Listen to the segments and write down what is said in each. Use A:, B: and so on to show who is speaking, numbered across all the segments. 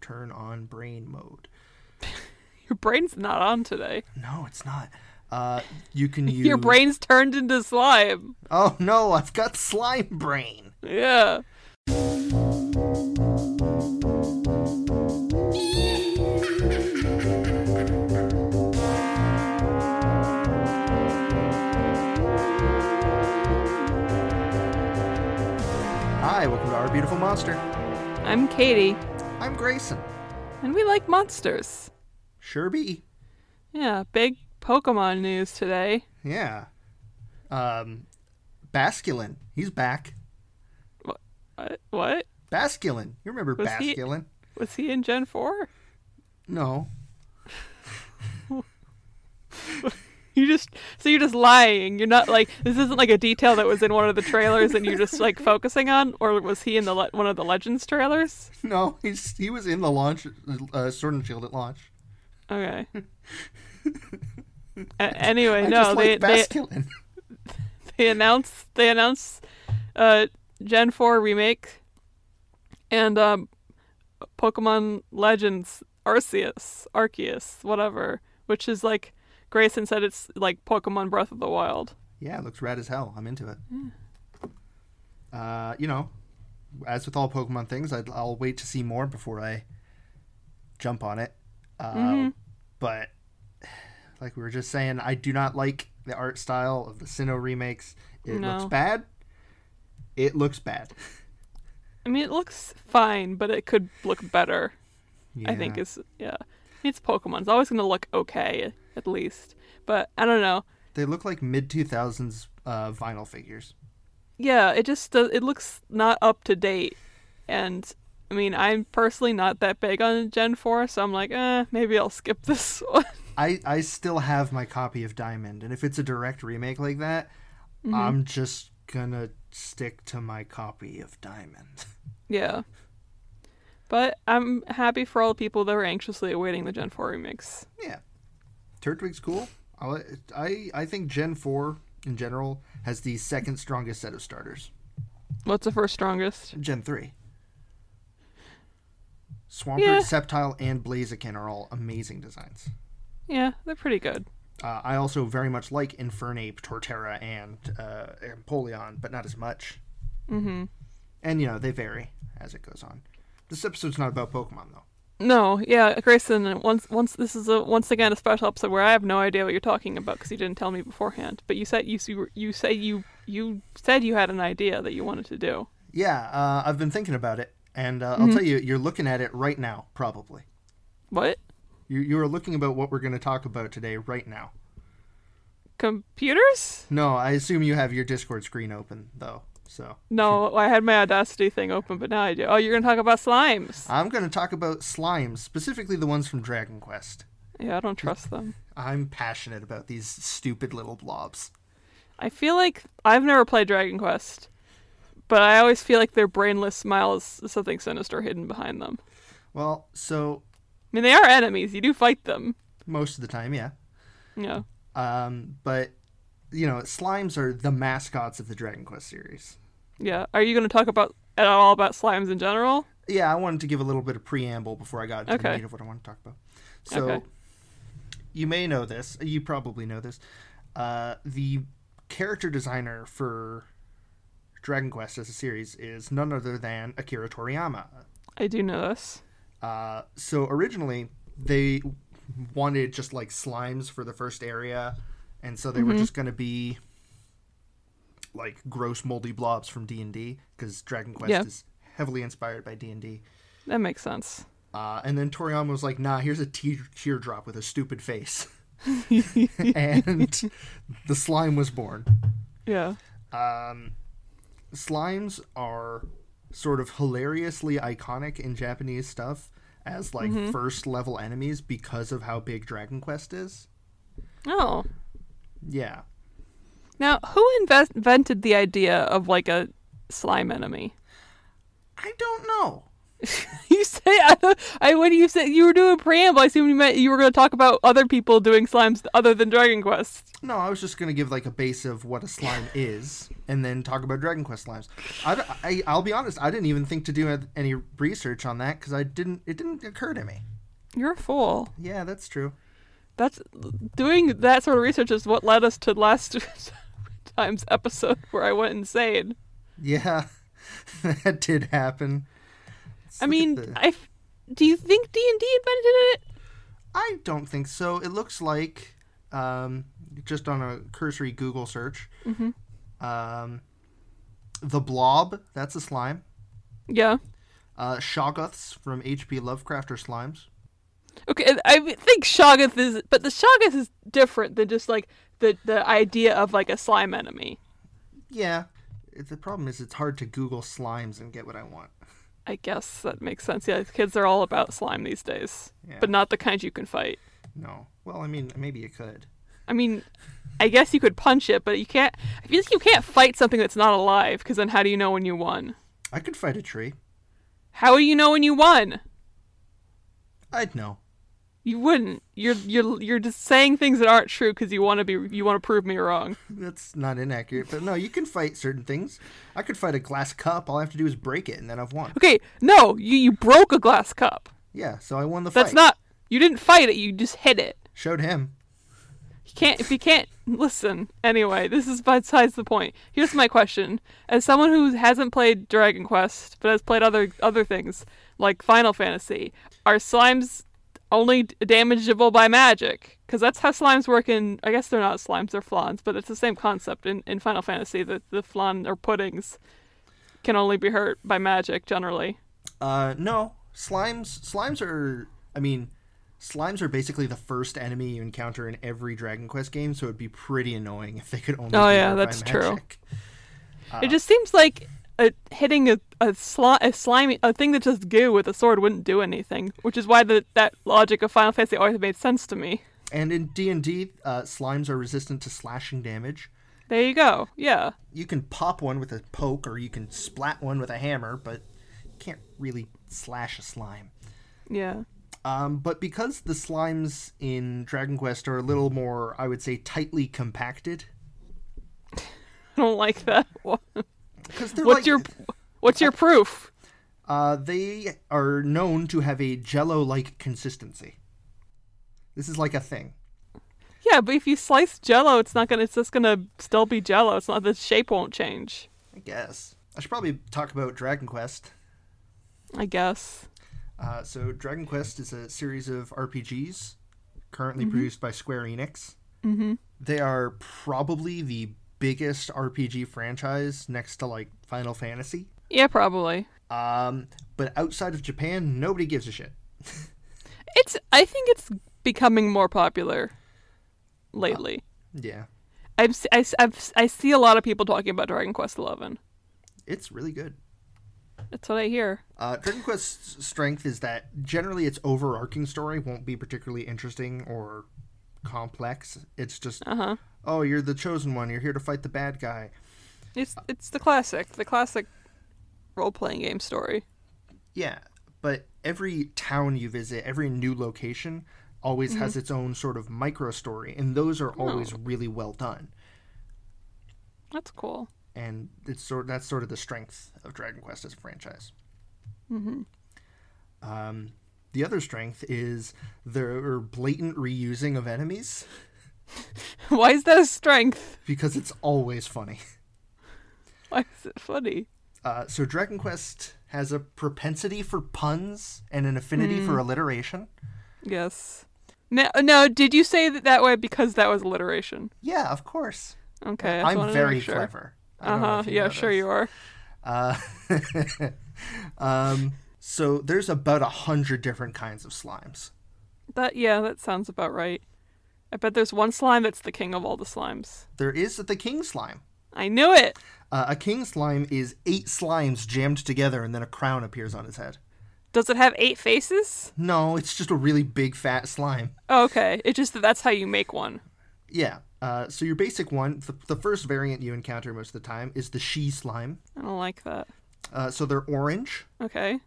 A: turn on brain mode.
B: Your brain's not on today.
A: No, it's not. Uh, you can use
B: Your brain's turned into slime.
A: Oh no, I've got slime brain.
B: Yeah.
A: Hi, welcome to Our Beautiful Monster.
B: I'm Katie,
A: I'm Grayson.
B: and we like monsters.
A: Sure be.
B: Yeah, big Pokemon news today.
A: Yeah. Um, Basculin, he's back.
B: What? What?
A: Basculin, you remember
B: Was he-
A: Basculin?
B: Was he in Gen 4?
A: No.
B: You just so you're just lying. You're not like this isn't like a detail that was in one of the trailers and you're just like focusing on or was he in the le- one of the Legends trailers?
A: No, he's he was in the launch, uh, Sword and Shield at launch.
B: Okay. A- anyway,
A: I
B: no,
A: just like
B: they, they
A: Basculin.
B: they announce they announce uh Gen 4 remake and um Pokemon Legends Arceus, Arceus, whatever, which is like Grayson said it's like Pokemon Breath of the Wild.
A: Yeah, it looks rad as hell. I'm into it.
B: Hmm.
A: Uh, you know, as with all Pokemon things, I'd, I'll wait to see more before I jump on it. Uh,
B: Mm-hmm.
A: But like we were just saying, I do not like the art style of the Sinnoh remakes. It looks
B: No.
A: bad. It looks bad.
B: I mean, it looks fine, but it could look better. I think
A: Yeah.
B: is yeah. It's Pokemon. It's always gonna look okay at least. But I don't know.
A: they look like mid two thousands uh, vinyl figures.
B: Yeah, it just does, it looks not up to date. And I mean, I'm personally not that big on Gen 4, so I'm like, eh, maybe I'll skip this one.
A: I, I still have my copy of Diamond, and if it's a direct remake like that, I'm just gonna stick to my copy of Diamond.
B: yeah. But I'm happy for all the people that were anxiously awaiting the Gen 4 remix.
A: yeah, Turtwig's cool. I, I I think Gen Four in general has the second strongest set of starters.
B: What's the first strongest?
A: Gen Three. Swampert,
B: Yeah.
A: Sceptile, and Blaziken are all amazing designs.
B: Yeah, they're pretty good.
A: Uh, I also very much like Infernape, Torterra, and uh, Empoleon, but not as much.
B: Mhm.
A: And, you know, they vary as it goes on. This episode's not about Pokemon, though.
B: No, yeah, Grayson. Once, once this is a once again a special episode where I have no idea what you're talking about because you didn't tell me beforehand. But you said you you, you say you you said you had an idea that you wanted to do.
A: Yeah, uh, I've been thinking about it, and uh, I'll tell you, you're looking at it right now, probably.
B: What
A: You, you are looking about what we're going to talk about today right now.
B: computers?
A: No, I assume you have your Discord screen open, though. So
B: No, I had my Audacity thing open, but now I do. Oh, you're gonna talk about slimes?
A: I'm going to talk about slimes, specifically the ones from Dragon Quest.
B: Yeah, I don't trust them.
A: I'm passionate about these stupid little blobs.
B: I feel like I've never played Dragon Quest, but I always feel like their brainless smile is something sinister hidden behind them.
A: Well, so
B: I mean, they are enemies. You do fight them.
A: most of the time, yeah.
B: Yeah.
A: Um, but you know, slimes are the mascots of the Dragon Quest series.
B: Yeah. Are you going to talk about at all about slimes in general?
A: Yeah, I wanted to give a little bit of preamble before I got into the
B: Okay.
A: meat of what I want to talk about. So,
B: Okay.
A: you may know this. You probably know this. Uh, the character designer for Dragon Quest as a series is none other than Akira Toriyama.
B: I do know this.
A: Uh, so originally they wanted just like slimes for the first area, and so they were just going to be like gross moldy blobs from D and D because Dragon Quest
B: Yeah.
A: is heavily inspired by D and D. Uh,
B: That makes sense.
A: And then Toriyama was like, "Nah, here's a te- teardrop with a stupid face," and the slime was born.
B: Yeah.
A: Um, slimes are sort of hilariously iconic in Japanese stuff as like
B: Mm-hmm.
A: first level enemies because of how big Dragon Quest is.
B: Oh.
A: Yeah.
B: Now, who invent- invented the idea of like a slime enemy?
A: I don't know.
B: You say I I when you said you were doing preamble, I assumed you meant you were going to talk about other people doing slimes other than Dragon Quest.
A: No, I was just gonna give like a base of what a slime is, and then talk about Dragon Quest slimes. I, I will be honest, I didn't even think to do any research on that because I didn't. It didn't occur to me.
B: You're a fool.
A: Yeah, that's true.
B: That's doing that sort of research is what led us to last time's episode where I went insane.
A: Yeah, that did happen.
B: I mean, I f- do you think D and D invented it?
A: I don't think so. It looks like um, just on a cursory Google search,
B: Mhm.
A: um, the Blob. That's a slime.
B: Yeah.
A: Uh, Shoggoths from H.P. Lovecraft are slimes.
B: Okay, and I think Shoggoth is, but the Shoggoth is different than just like the the idea of like a slime enemy.
A: Yeah. It- The problem is it's hard to Google slimes and get what I want.
B: I guess that makes sense. Yeah, kids are all about slime these days,
A: Yeah.
B: but not the kind you can fight.
A: No. Well, I mean, maybe you could.
B: I mean, I guess you could punch it, but you can't. I feel like you can't fight something that's not alive, because then how do you know when you won?
A: I could fight a tree.
B: How do you know when you won?
A: I'd know.
B: You wouldn't. You're you're you're just saying things that aren't true because you want to be you want to prove me wrong.
A: That's not inaccurate, but no, you can fight certain things. I could fight a glass cup. All I have to do is break it, and then I've won.
B: Okay, no, you you broke a glass cup.
A: Yeah, so I won the
B: That's
A: fight.
B: not. You didn't fight it. You just hit it.
A: Showed him.
B: You can't if you can't listen. Anyway, this is besides the point. Here's my question: As someone who hasn't played Dragon Quest but has played other other things like Final Fantasy, are slimes only d- damageable by magic? Because that's how slimes work. In I guess they're not slimes; they're flans, but it's the same concept in, in Final Fantasy. The the flan or puddings can only be hurt by magic generally.
A: Uh, no, slimes. Slimes are. I mean, slimes are basically the first enemy you encounter in every Dragon Quest game. So it'd be pretty annoying if they could only.
B: Oh,
A: be
B: yeah,
A: hurt by
B: that's true.
A: magic.
B: It just seems like a, hitting a a, sli- a slimy a thing that's just goo with a sword wouldn't do anything, which is why the, that logic of Final Fantasy always made sense to me.
A: And in D and D, uh, slimes are resistant to slashing damage.
B: There you go. Yeah,
A: You can pop one with a poke, or you can splat one with a hammer, but you can't really slash a slime.
B: yeah.
A: Um, but because the slimes in Dragon Quest are a little more, I would say, tightly compacted.
B: I don't like that. Wha-
A: Because they're
B: What's
A: like,
B: your What's your proof?
A: Uh, they are known to have a jello-like consistency. This is like a thing.
B: Yeah, but if you slice Jello, it's not gonna. It's just gonna still be Jello. It's not the shape won't change.
A: I guess I should probably talk about Dragon Quest.
B: I guess.
A: Uh, so Dragon Quest is a series of RPGs currently produced by Square Enix.
B: Mhm.
A: They are probably the biggest RPG franchise next to like Final Fantasy.
B: Yeah, probably.
A: Um, but outside of Japan, nobody gives a shit.
B: It's. I think it's becoming more popular lately.
A: Yeah,
B: I've, s- I, s- I've, s- I see a lot of people talking about Dragon Quest Eleven.
A: it's really good.
B: That's what I hear.
A: Uh, Dragon Quest's strength is that generally its overarching story won't be particularly interesting or complex. It's just,
B: Uh huh.
A: oh, you're the chosen one. You're here to fight the bad guy.
B: It's it's the classic, the classic role playing game story.
A: Yeah, but every town you visit, every new location, always has its own sort of micro story, and those are always really well done.
B: That's cool.
A: and it's sort that's sort of the strength of Dragon Quest as a franchise. Mm-hmm. Um, the other strength is their blatant reusing of enemies
B: Why is that a strength?
A: because it's always funny.
B: Why is it funny?
A: Uh, so Dragon Quest has a propensity for puns and an affinity
B: Hmm.
A: for alliteration.
B: Yes. No, no. Did you say that that way because that was alliteration?
A: Yeah, of course.
B: Okay. I just wanted
A: I'm
B: to
A: very
B: make sure.
A: clever. I
B: Uh
A: don't know
B: huh.
A: if you
B: Yeah,
A: know
B: sure
A: this.
B: you are.
A: Uh, um, so there's about a hundred different kinds of slimes.
B: That yeah, that sounds about right. I bet there's one slime that's the king of all the slimes.
A: There is the king slime.
B: I knew it.
A: Uh, a king slime is eight slimes jammed together, and then a crown appears on his head.
B: Does it have eight faces? Oh,
A: No, it's just a really big fat slime.
B: Okay. It's just that that's how you make one.
A: Yeah. Uh, so your basic one, the, the first variant you encounter most of the time, is the she slime.
B: I don't like that.
A: Uh, so they're orange.
B: Okay.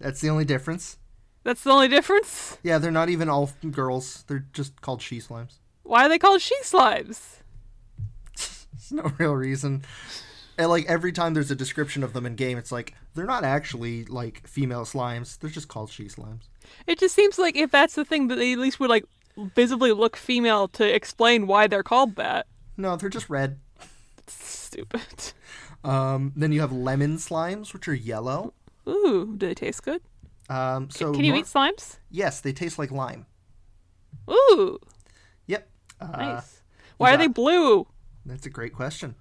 A: That's the only difference.
B: That's the only difference.
A: Yeah, they're not even all girls. They're just called she slimes.
B: Why are they called she slimes?
A: There's no real reason. And like every time there's a description of them in game, it's like they're not actually like female slimes. They're just called she slimes.
B: It just seems like if that's the thing, that they at least would like visibly look female to explain why they're called that.
A: No, they're just red.
B: Stupid.
A: Um, then you have lemon slimes, which are yellow.
B: Ooh, do they taste good?
A: Um, so
B: Can you
A: nor-
B: eat slimes?
A: Yes, they taste like lime.
B: Ooh,
A: Yep. Uh,
B: nice. Why are they
A: got-
B: blue?
A: That's a great question.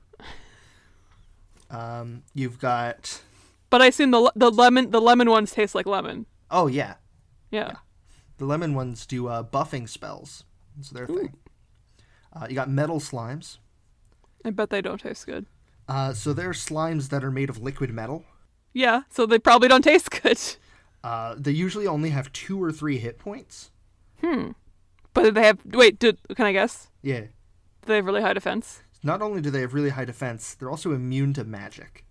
A: Um, you've got
B: But I assume the le- the lemon the lemon ones taste like lemon.
A: oh yeah,
B: Yeah.
A: the lemon ones do uh, buffing spells. That's their thing. Uh, you got metal slimes.
B: I bet they don't taste good.
A: Uh, so they're slimes that are made of liquid metal.
B: Yeah, so they probably don't taste good.
A: Uh, they usually only have two or three hit points.
B: But they have wait, do, can I guess?
A: Yeah.
B: Do they have really high defense?
A: Not only do they have really high defense, they're also immune to magic,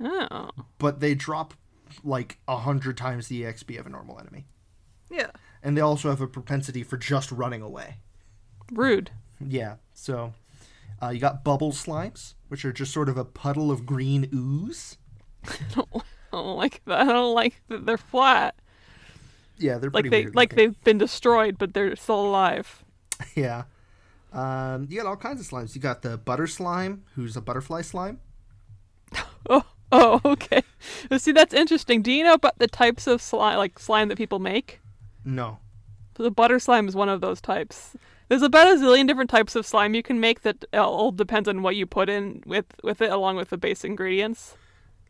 B: Oh.
A: but they drop like a hundred times the EXP of a normal enemy.
B: Yeah.
A: And they also have a propensity for just running away.
B: Rude.
A: Yeah. So uh, you got bubble slimes, which are just sort of a puddle of green ooze.
B: I don't like that. I don't like that they're flat.
A: Yeah, they're
B: Like
A: pretty
B: they
A: weird
B: like
A: looking.
B: they've been destroyed, but they're still alive.
A: Yeah. Um, you got all kinds of slimes. You got the butter slime, who's a butterfly slime.
B: Oh, oh, okay. Well, See, that's interesting. Do you know about the types of slime, like slime that people make?
A: No.
B: The butter slime is one of those types. There's about a zillion different types of slime you can make that uh, all depends on what you put in with with it, along with the base ingredients.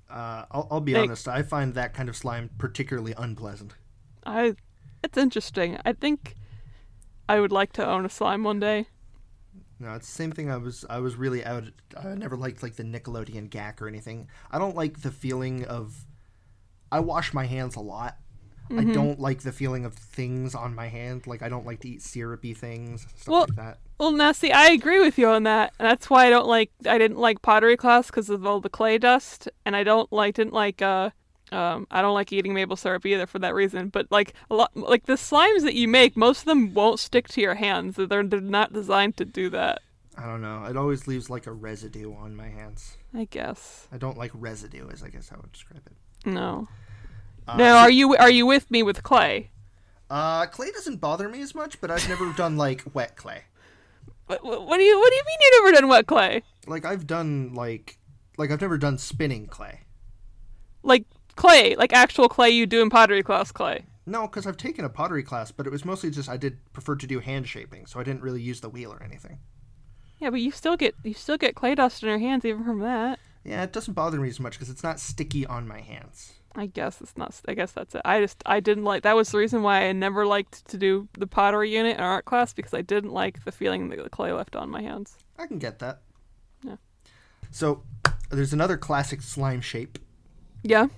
A: Uh, I'll, I'll be
B: They-
A: honest. I find that kind of slime particularly unpleasant.
B: I, it's interesting. I think I would like to own a slime one day.
A: No, it's the same thing. I was I was really out. I never liked like the Nickelodeon gag or anything. I don't like the feeling of. I wash my hands a lot. I don't like the feeling of things on my hand. Like I don't like to eat syrupy things, stuff
B: Well-
A: like that.
B: Well, now see, I agree with you on that, and that's why I don't like. I didn't like pottery class because of all the clay dust, and I don't like didn't like. uh um, I don't like eating maple syrup either for that reason. But like a lot, like the slimes that you make, most of them won't stick to your hands. They're they're not designed to do that.
A: I don't know. It always leaves like a residue on my hands.
B: I guess
A: I don't like residue, is I guess how I would describe it.
B: no. now, are you are you with me with clay?
A: Uh, clay doesn't bother me as much, but I've never done like wet clay.
B: What, what, what do you what do you mean you never done wet clay?
A: Like I've done like like I've never done spinning clay.
B: Like clay, like actual clay you do in pottery class clay.
A: No, because I've taken a pottery class, but it was mostly just I did prefer to do hand shaping, so I didn't really use the wheel or anything.
B: Yeah, but you still get you still get clay dust in your hands even from that.
A: Yeah, it doesn't bother me as much because it's not sticky on my hands.
B: I guess it's not. I guess that's it. I just I didn't like. That was the reason why I never liked to do the pottery unit in art class because I didn't like the feeling that the clay left on my hands.
A: I can get that.
B: Yeah.
A: So there's another classic slime shape,
B: Yeah.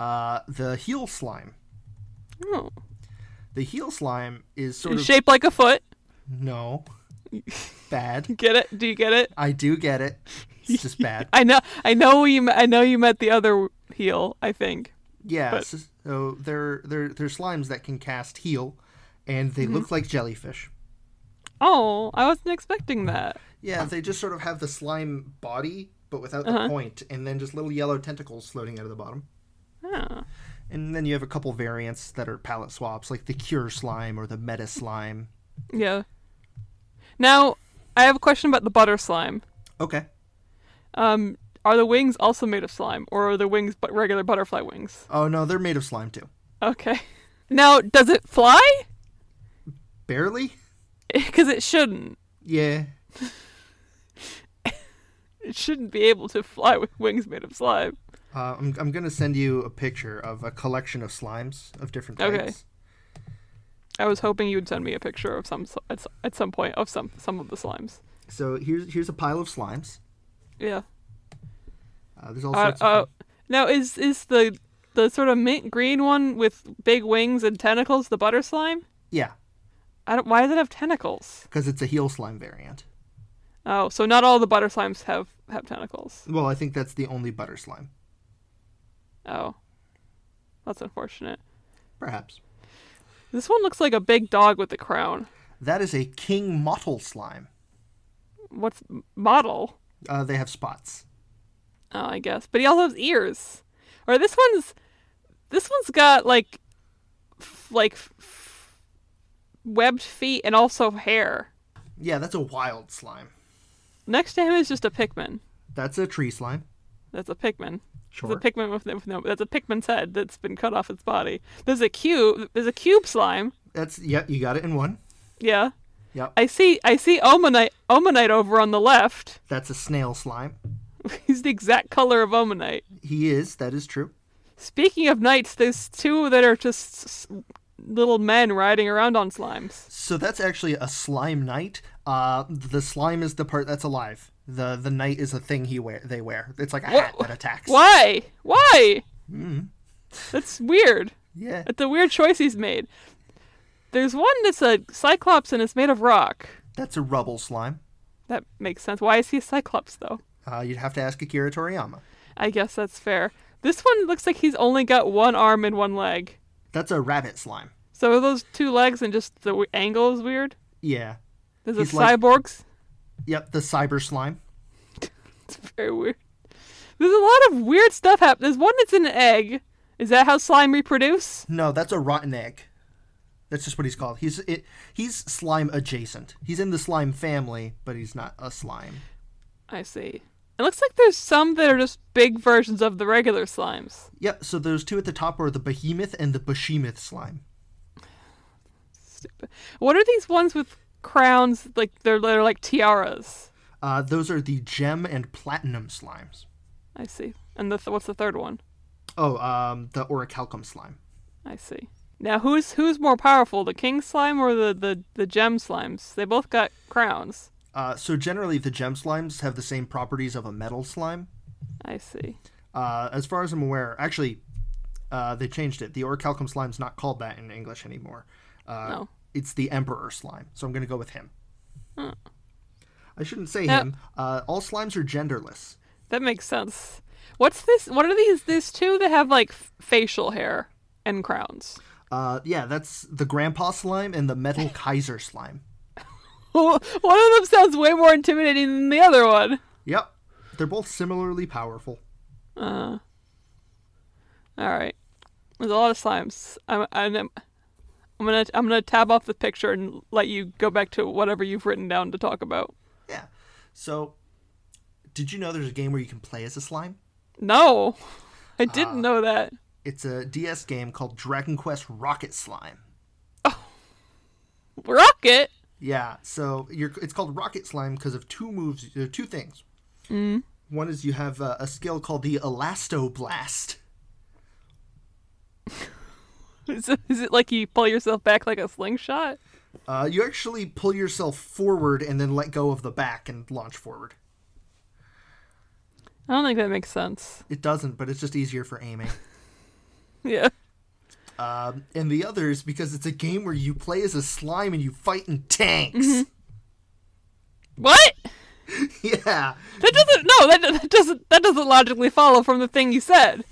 A: uh, the heel slime.
B: Oh.
A: The heel slime is sort
B: It's
A: of
B: shaped like a foot.
A: no bad.
B: Get it? Do you get it?
A: I do get it. It's just bad.
B: I know. I know you. I know you met the other heel. I think.
A: Yeah.
B: But-
A: so- So they're they're they're slimes that can cast heel, and they look like jellyfish.
B: Oh, I wasn't expecting that.
A: Yeah, they just sort of have the slime body, but without the
B: Uh-huh.
A: point, and then just little yellow tentacles floating out of the bottom.
B: Oh.
A: And then you have a couple variants that are palette swaps, like the cure slime or the meta slime.
B: Yeah. Now, I have a question about the butter slime.
A: Okay.
B: Um, are the wings also made of slime, or are the wings but regular butterfly wings?
A: Oh no, they're made of slime too.
B: Okay. Now, does it fly?
A: Barely.
B: Because it shouldn't.
A: Yeah.
B: It shouldn't be able to fly with wings made of slime.
A: Uh, I'm I'm gonna send you a picture of a collection of slimes of different types.
B: Okay. I was hoping you would send me a picture of some at, s- at some point of some some of the slimes.
A: So here's here's a pile of slimes.
B: Yeah.
A: Uh, there's all
B: Uh,
A: sorts
B: uh,
A: of.
B: now is is the the sort of mint green one with big wings and tentacles the butter slime?
A: Yeah,
B: I don't. Why does it have tentacles?
A: because it's a heel slime variant.
B: Oh, so not all the butter slimes have have tentacles.
A: Well, I think that's the only butter slime,
B: Oh, that's unfortunate.
A: perhaps.
B: This one looks like a big dog with a crown.
A: That is a king mottle slime.
B: What's model?
A: Uh, they have spots.
B: Oh, I guess. But he also has ears. Or this one's this one's got like f- like f- webbed feet and also hair.
A: Yeah, that's a wild slime.
B: Next to him is just a Pikmin.
A: That's a tree slime.
B: That's a Pikmin.
A: Sure.
B: It's a Pikmin with no, with no. That's a Pikmin's head that's been cut off its body. There's a cube. There's a cube slime.
A: That's yep. You got it in one.
B: Yeah.
A: Yep.
B: I see. I see Omanite. Omanite over on the left.
A: That's a snail slime.
B: He's the exact color of Omanite.
A: He is. That is true.
B: Speaking of knights, there's two that are just s- little men riding around on slimes.
A: So that's actually a slime knight. Uh, the slime is the part that's alive. The the knight is a thing he wear. They wear. It's like a hat that attacks.
B: Why? Why?
A: Hmm.
B: That's weird.
A: Yeah.
B: It's a weird choice he's made. There's one that's a cyclops and it's made of rock.
A: That's a rubble slime.
B: That makes sense. Why is he a cyclops though?
A: Uh, you'd have to ask Akira Toriyama.
B: I guess that's fair. This one looks like he's only got one arm and one leg.
A: That's a rabbit slime.
B: So are those two legs and just the w- angle is weird?
A: Yeah.
B: There's
A: He's
B: a
A: like-
B: cyborgs.
A: Yep. The cyber slime.
B: It's very weird. There's a lot of weird stuff happening. There's one that's in an egg. Is that how slime reproduce?
A: No, that's a rotten egg. That's just what he's called. He's it, he's slime adjacent. He's in the slime family, but he's not a slime.
B: I see. It looks like there's some that are just big versions of the regular slimes.
A: Yep. So those two at the top are the behemoth and the behemoth slime.
B: Stupid. What are these ones with crowns? Like they're they're like tiaras.
A: Uh, those are the gem and platinum slimes.
B: I see. And the th- what's the third one?
A: Oh, um, the orichalcum slime.
B: I see. Now who's who's more powerful, the king slime or the the, the gem slimes? They both got crowns.
A: Uh, so generally, the gem slimes have the same properties of a metal slime.
B: I see.
A: Uh, as far as I'm aware, actually, uh, they changed it. The orichalcum slime's not called that in English anymore. Uh,
B: No.
A: It's the emperor slime. So I'm going to go with him. I shouldn't say
B: Now-
A: him. Uh, all slimes are genderless.
B: That makes sense. What's this? What are these? These two that have like f- facial hair and crowns.
A: Uh, yeah, that's the grandpa slime and the metal kaiser slime.
B: one of them sounds way more intimidating than the other one.
A: Yep. They're both similarly powerful.
B: All right. There's a lot of slimes. I'm, I'm, I'm gonna I'm gonna tab off the picture and let you go back to whatever you've written down to talk about.
A: Yeah. So, did you know there's a game where you can play as a slime?
B: No, I didn't know that.
A: It's a DS game called Dragon Quest Rocket Slime.
B: Rocket.
A: Yeah, so you're, it's called Rocket Slime because of two moves. There are two things. Mm. One is you have a, a skill called the Elastoblast.
B: Is it, is it like you pull yourself back like a slingshot?
A: Uh, you actually pull yourself forward and then let go of the back and launch forward.
B: I don't think that makes sense.
A: It doesn't, but it's just easier for aiming.
B: Yeah.
A: um, and the other is because it's a game where you play as a slime and you fight in tanks.
B: What?
A: Yeah,
B: That doesn't. No, that, that doesn't. That doesn't logically follow from the thing you said.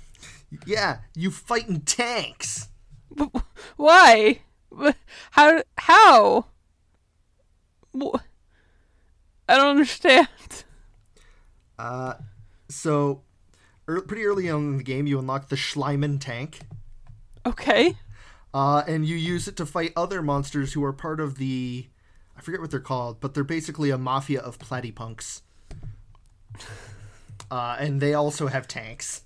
A: yeah, you fight in tanks.
B: Why? How? How? Wh- I don't understand.
A: So, ear pretty early on in the game, you unlock the Schleimen tank,
B: Okay.
A: uh, and you use it to fight other monsters who are part of the. I forget what they're called, but they're basically a mafia of platypunks. Uh, and they also have tanks.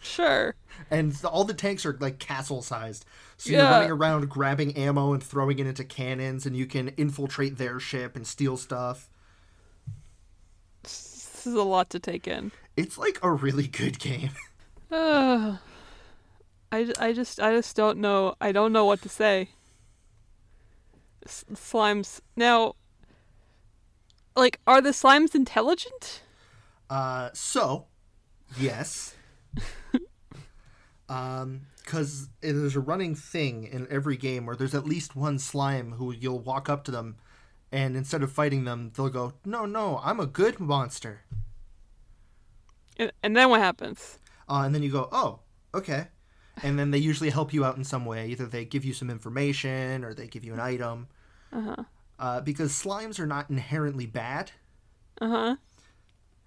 B: Sure.
A: And th- all the tanks are like castle sized. So you're
B: Yeah.
A: running around grabbing ammo and throwing it into cannons, and you can infiltrate their ship and steal stuff.
B: This is a lot to take in.
A: It's like a really good game.
B: Ugh. I, ju- I just I just don't know I don't know what to say. S- slimes now. Like, are the slimes intelligent?
A: Uh, so, yes. um, because there's a running thing in every game where there's at least one slime who you'll walk up to them, and instead of fighting them, they'll go, "No, no, I'm a good monster."
B: And, and then what happens?
A: Uh, and then you go, "Oh, okay." and then they usually help you out in some way. Either they give you some information or they give you an item.
B: Uh-huh.
A: Uh, because slimes are not inherently bad,
B: Uh huh.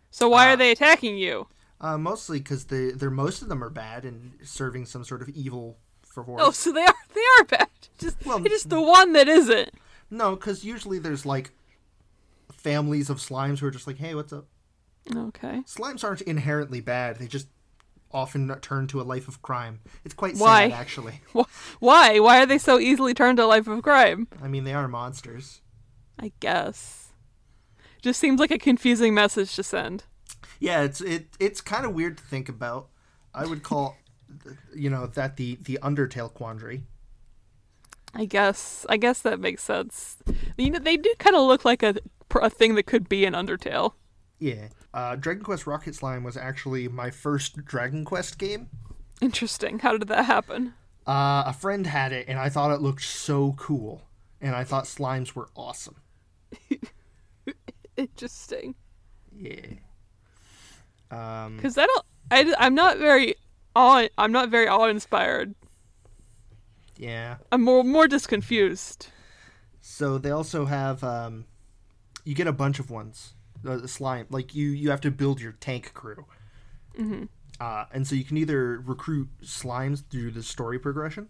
B: So why
A: Uh,
B: are they attacking you?
A: uh, mostly because they they're most of them are bad and serving some sort of evil for horse.
B: Oh, so they are they are bad. Just
A: Well,
B: it's just the one that isn't.
A: No, because usually there's like families of slimes who are just like, hey, what's up?
B: Okay.
A: Slimes aren't inherently bad. They just often turn to a life of crime. It's quite
B: Why?
A: sad, actually.
B: Wh- Why? Why are they so easily turned to a life of crime?
A: I mean, they are monsters.
B: I guess. Just seems like a confusing message to send.
A: Yeah, it's it it's kind of weird to think about. I would call, you know, that the the Undertale quandary.
B: I guess. I guess that makes sense. You know, they do kind of look like a a thing that could be an Undertale.
A: Yeah. Uh, Dragon Quest Rocket Slime was actually my first Dragon Quest game.
B: Interesting. How did that happen?
A: Uh, a friend had it, and I thought it looked so cool, and I thought slimes were awesome.
B: Interesting.
A: Yeah. Um,
B: Because Hmm. I don't. I, I'm not very awe. I'm not very awe inspired.
A: yeah.
B: I'm more more just confused.
A: So they also have um, you get a bunch of ones. The, the slime, like you, you have to build your tank crew. Uh, and so you can either recruit slimes through the story progression,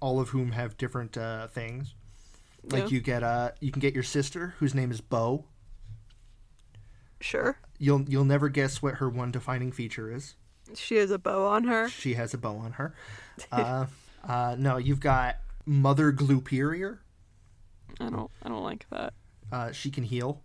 A: all of whom have different uh, things. Like
B: Yeah.
A: you get uh, you can get your sister, whose name is Bo.
B: Sure.
A: You'll you'll never guess what her one defining feature is.
B: She has a bow on her.
A: She has a bow on her. Uh, uh, no, you've got Mother Gluperior.
B: I don't. I don't like that.
A: Uh, she can heal.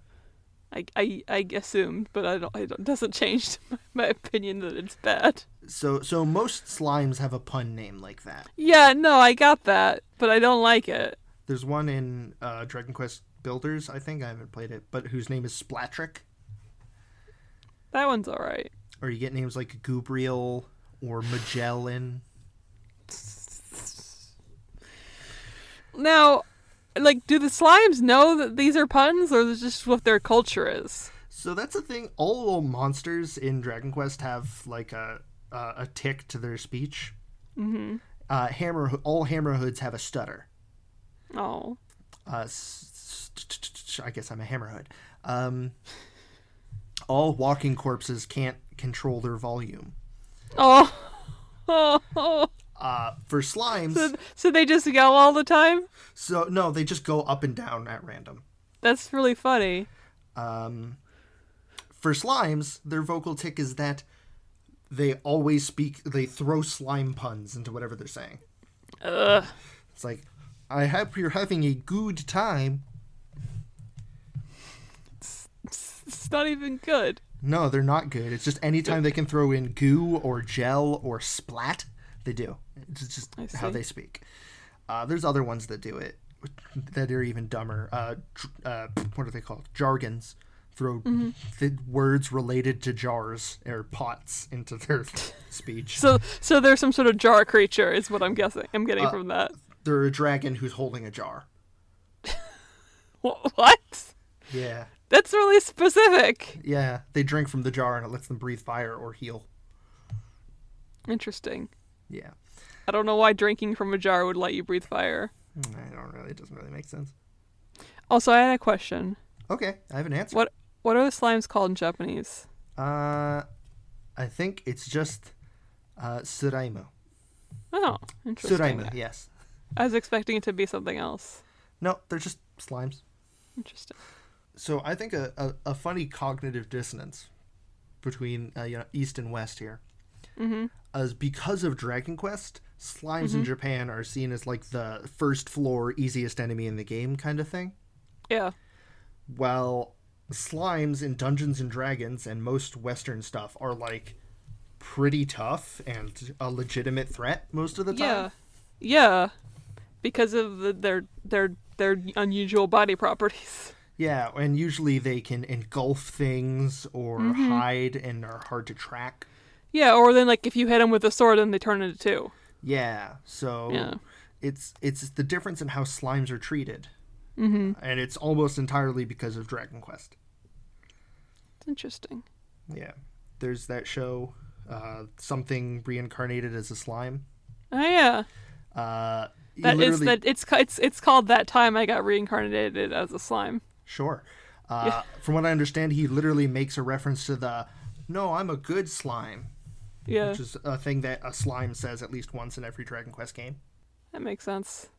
B: I, I, I assumed, but I don't. I don't doesn't change my, my opinion that it's bad.
A: So so most slimes have a pun name like that.
B: Yeah. No, I got that, but I don't like it.
A: There's one in uh, Dragon Quest Builders, I think I haven't played it, but whose name is Splatrick,
B: That one's all right.
A: or you get names like Gubriel or Magellan.
B: Now, like, do the slimes know that these are puns, or is this just what their culture is?
A: So that's the thing. All little monsters in Dragon Quest have like a uh, a tick to their speech. Mm-hmm. Uh, hammer all hammerhoods have a stutter.
B: Oh,
A: Uh, s- s- I guess I'm a hammerhood. Um, all walking corpses can't control their volume.
B: oh, oh, oh.
A: Uh, for slimes,
B: So, so they just yell all the time.
A: So no, they just go up and down at random.
B: That's really funny.
A: Um, for slimes, their vocal tick is that they always speak. They throw slime puns into whatever they're saying.
B: Ugh.
A: It's like, I hope you're having a good time.
B: It's not even good.
A: No, they're not good. It's just anytime they can throw in goo or gel or splat, they do. It's just
B: I
A: how
B: see.
A: they speak. Uh, there's other ones that do it that are even dumber. Uh, dr- uh, what are they called? Jargons. Throw
B: Mm-hmm.
A: th- words related to jars or pots into their speech.
B: So, so there's some sort of jar creature, is what I'm guessing. I'm getting from that.
A: They're a dragon who's holding a jar.
B: Wh- What?
A: Yeah,
B: That's really specific.
A: yeah. They drink from the jar and it lets them breathe fire or heal.
B: Interesting.
A: Yeah,
B: I don't know why drinking from a jar would let you breathe fire.
A: Mm, I don't really. It doesn't really make sense.
B: Also, I had a question.
A: Okay, I have an answer.
B: What what are the slimes called in Japanese?
A: Uh, I think it's just uh, Suraimu.
B: Oh, interesting.
A: Suraimu, yes.
B: I was expecting it to be something else.
A: No, they're just slimes.
B: Interesting.
A: So I think a, a, a funny cognitive dissonance between uh, you know, East and West here is because of Dragon Quest, slimes in Japan are seen as like the first floor, easiest enemy in the game kind of thing.
B: Yeah.
A: While slimes in Dungeons and Dragons and most Western stuff are like pretty tough and a legitimate threat most of the time.
B: Yeah. Yeah. Because of the, their their their unusual body properties.
A: Yeah, and usually they can engulf things or
B: Mm-hmm.
A: hide and are hard to track.
B: Yeah, or then like if you hit them with a sword, then they turn into two.
A: Yeah, so
B: Yeah.
A: it's it's the difference in how slimes are treated, mm-hmm. and it's almost entirely because of Dragon Quest.
B: It's interesting.
A: Yeah, there's that show uh, something reincarnated as a slime.
B: Oh yeah.
A: Uh, you
B: That is
A: literally-
B: that it's ca- it's it's called that time I got reincarnated as a slime.
A: Sure. Uh, From what I understand, he literally makes a reference to the "No, I'm a good slime,"
B: Yeah,
A: which is a thing that a slime says at least once in every Dragon Quest game.
B: that makes sense.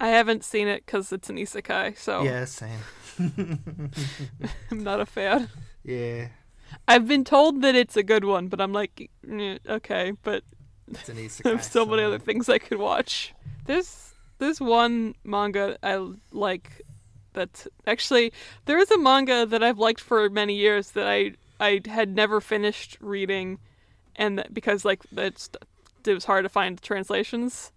B: I haven't seen it because it's an isekai, so
A: Yeah, same.
B: I'm not a fan.
A: Yeah,
B: I've been told that it's a good one, but I'm like, "Eh, okay, but
A: it's an isekai.
B: There's so many
A: so-
B: other things I could watch. There's there's one manga I l- like that actually there is a manga that I've liked for many years that I I had never finished reading, and that, because like it's it was hard to find translations,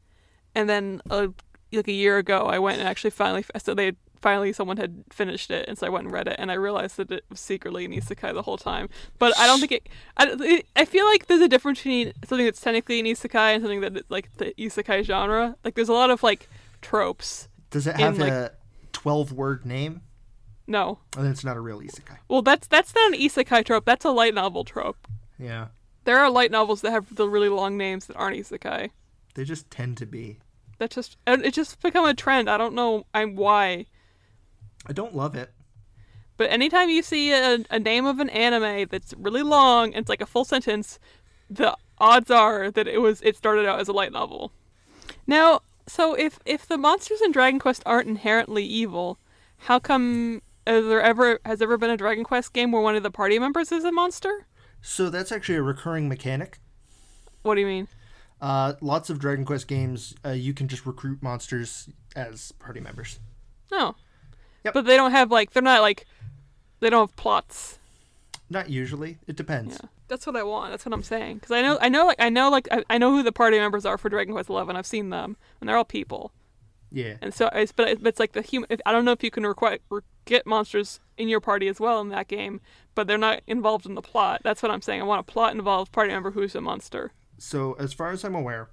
B: and then uh, like a year ago I went and actually finally so they had- finally someone had finished it and so I went and read it and I realized that it was secretly an isekai the whole time but I don't think it I, don't- it- I feel like there's a difference between something that's technically an isekai and something that like the isekai genre like there's a lot of like tropes
A: Does it
B: in,
A: have
B: like-
A: a twelve-word name?
B: no
A: And then it's not a real isekai.
B: well that's that's not an isekai trope that's a light novel trope
A: Yeah,
B: there are light novels that have the really long names that aren't isekai
A: they just tend to be.
B: that just and it's just become a trend I don't know I'm why
A: I don't love it.
B: But anytime you see a, a name of an anime that's really long and it's like a full sentence, the odds are that it was it started out as a light novel. Now, so if if the monsters in Dragon Quest aren't inherently evil, how come has there ever has ever been a Dragon Quest game where one of the party members is a monster?
A: So that's actually a recurring mechanic.
B: What do you mean?
A: Uh, lots of Dragon Quest games, uh, you can just recruit monsters as party members.
B: No.
A: Yep.
B: Oh. But they don't have like they're not like they don't have plots.
A: Not usually. It depends.
B: Yeah. That's what I want. That's what I'm saying. Because I know, I know, like, I know, like, I, I know who the party members are for Dragon Quest Eleven. I've seen them, and they're all people.
A: Yeah.
B: And so, it's, but, it, but it's like the human. If, I don't know if you can require re- get monsters in your party as well in that game, but they're not involved in the plot. That's what I'm saying. I want a plot-involved party member who's a monster.
A: So as far as I'm aware,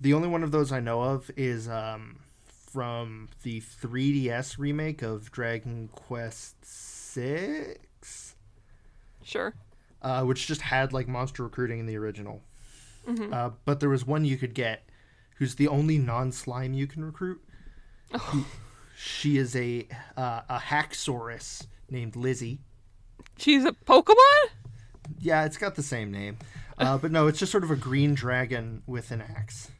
A: the only one of those I know of is um, from the 3DS remake of Dragon Quest Six,
B: Sure.
A: uh, which just had like monster recruiting in the original.
B: Mm-hmm.
A: Uh, but there was one you could get, who's the only non-slime you can recruit.
B: Oh.
A: Who- She is a uh, a hacksaurus named Lizzie.
B: She's a Pokemon.
A: Yeah, it's got the same name, uh, but no, it's just sort of a green dragon with an axe.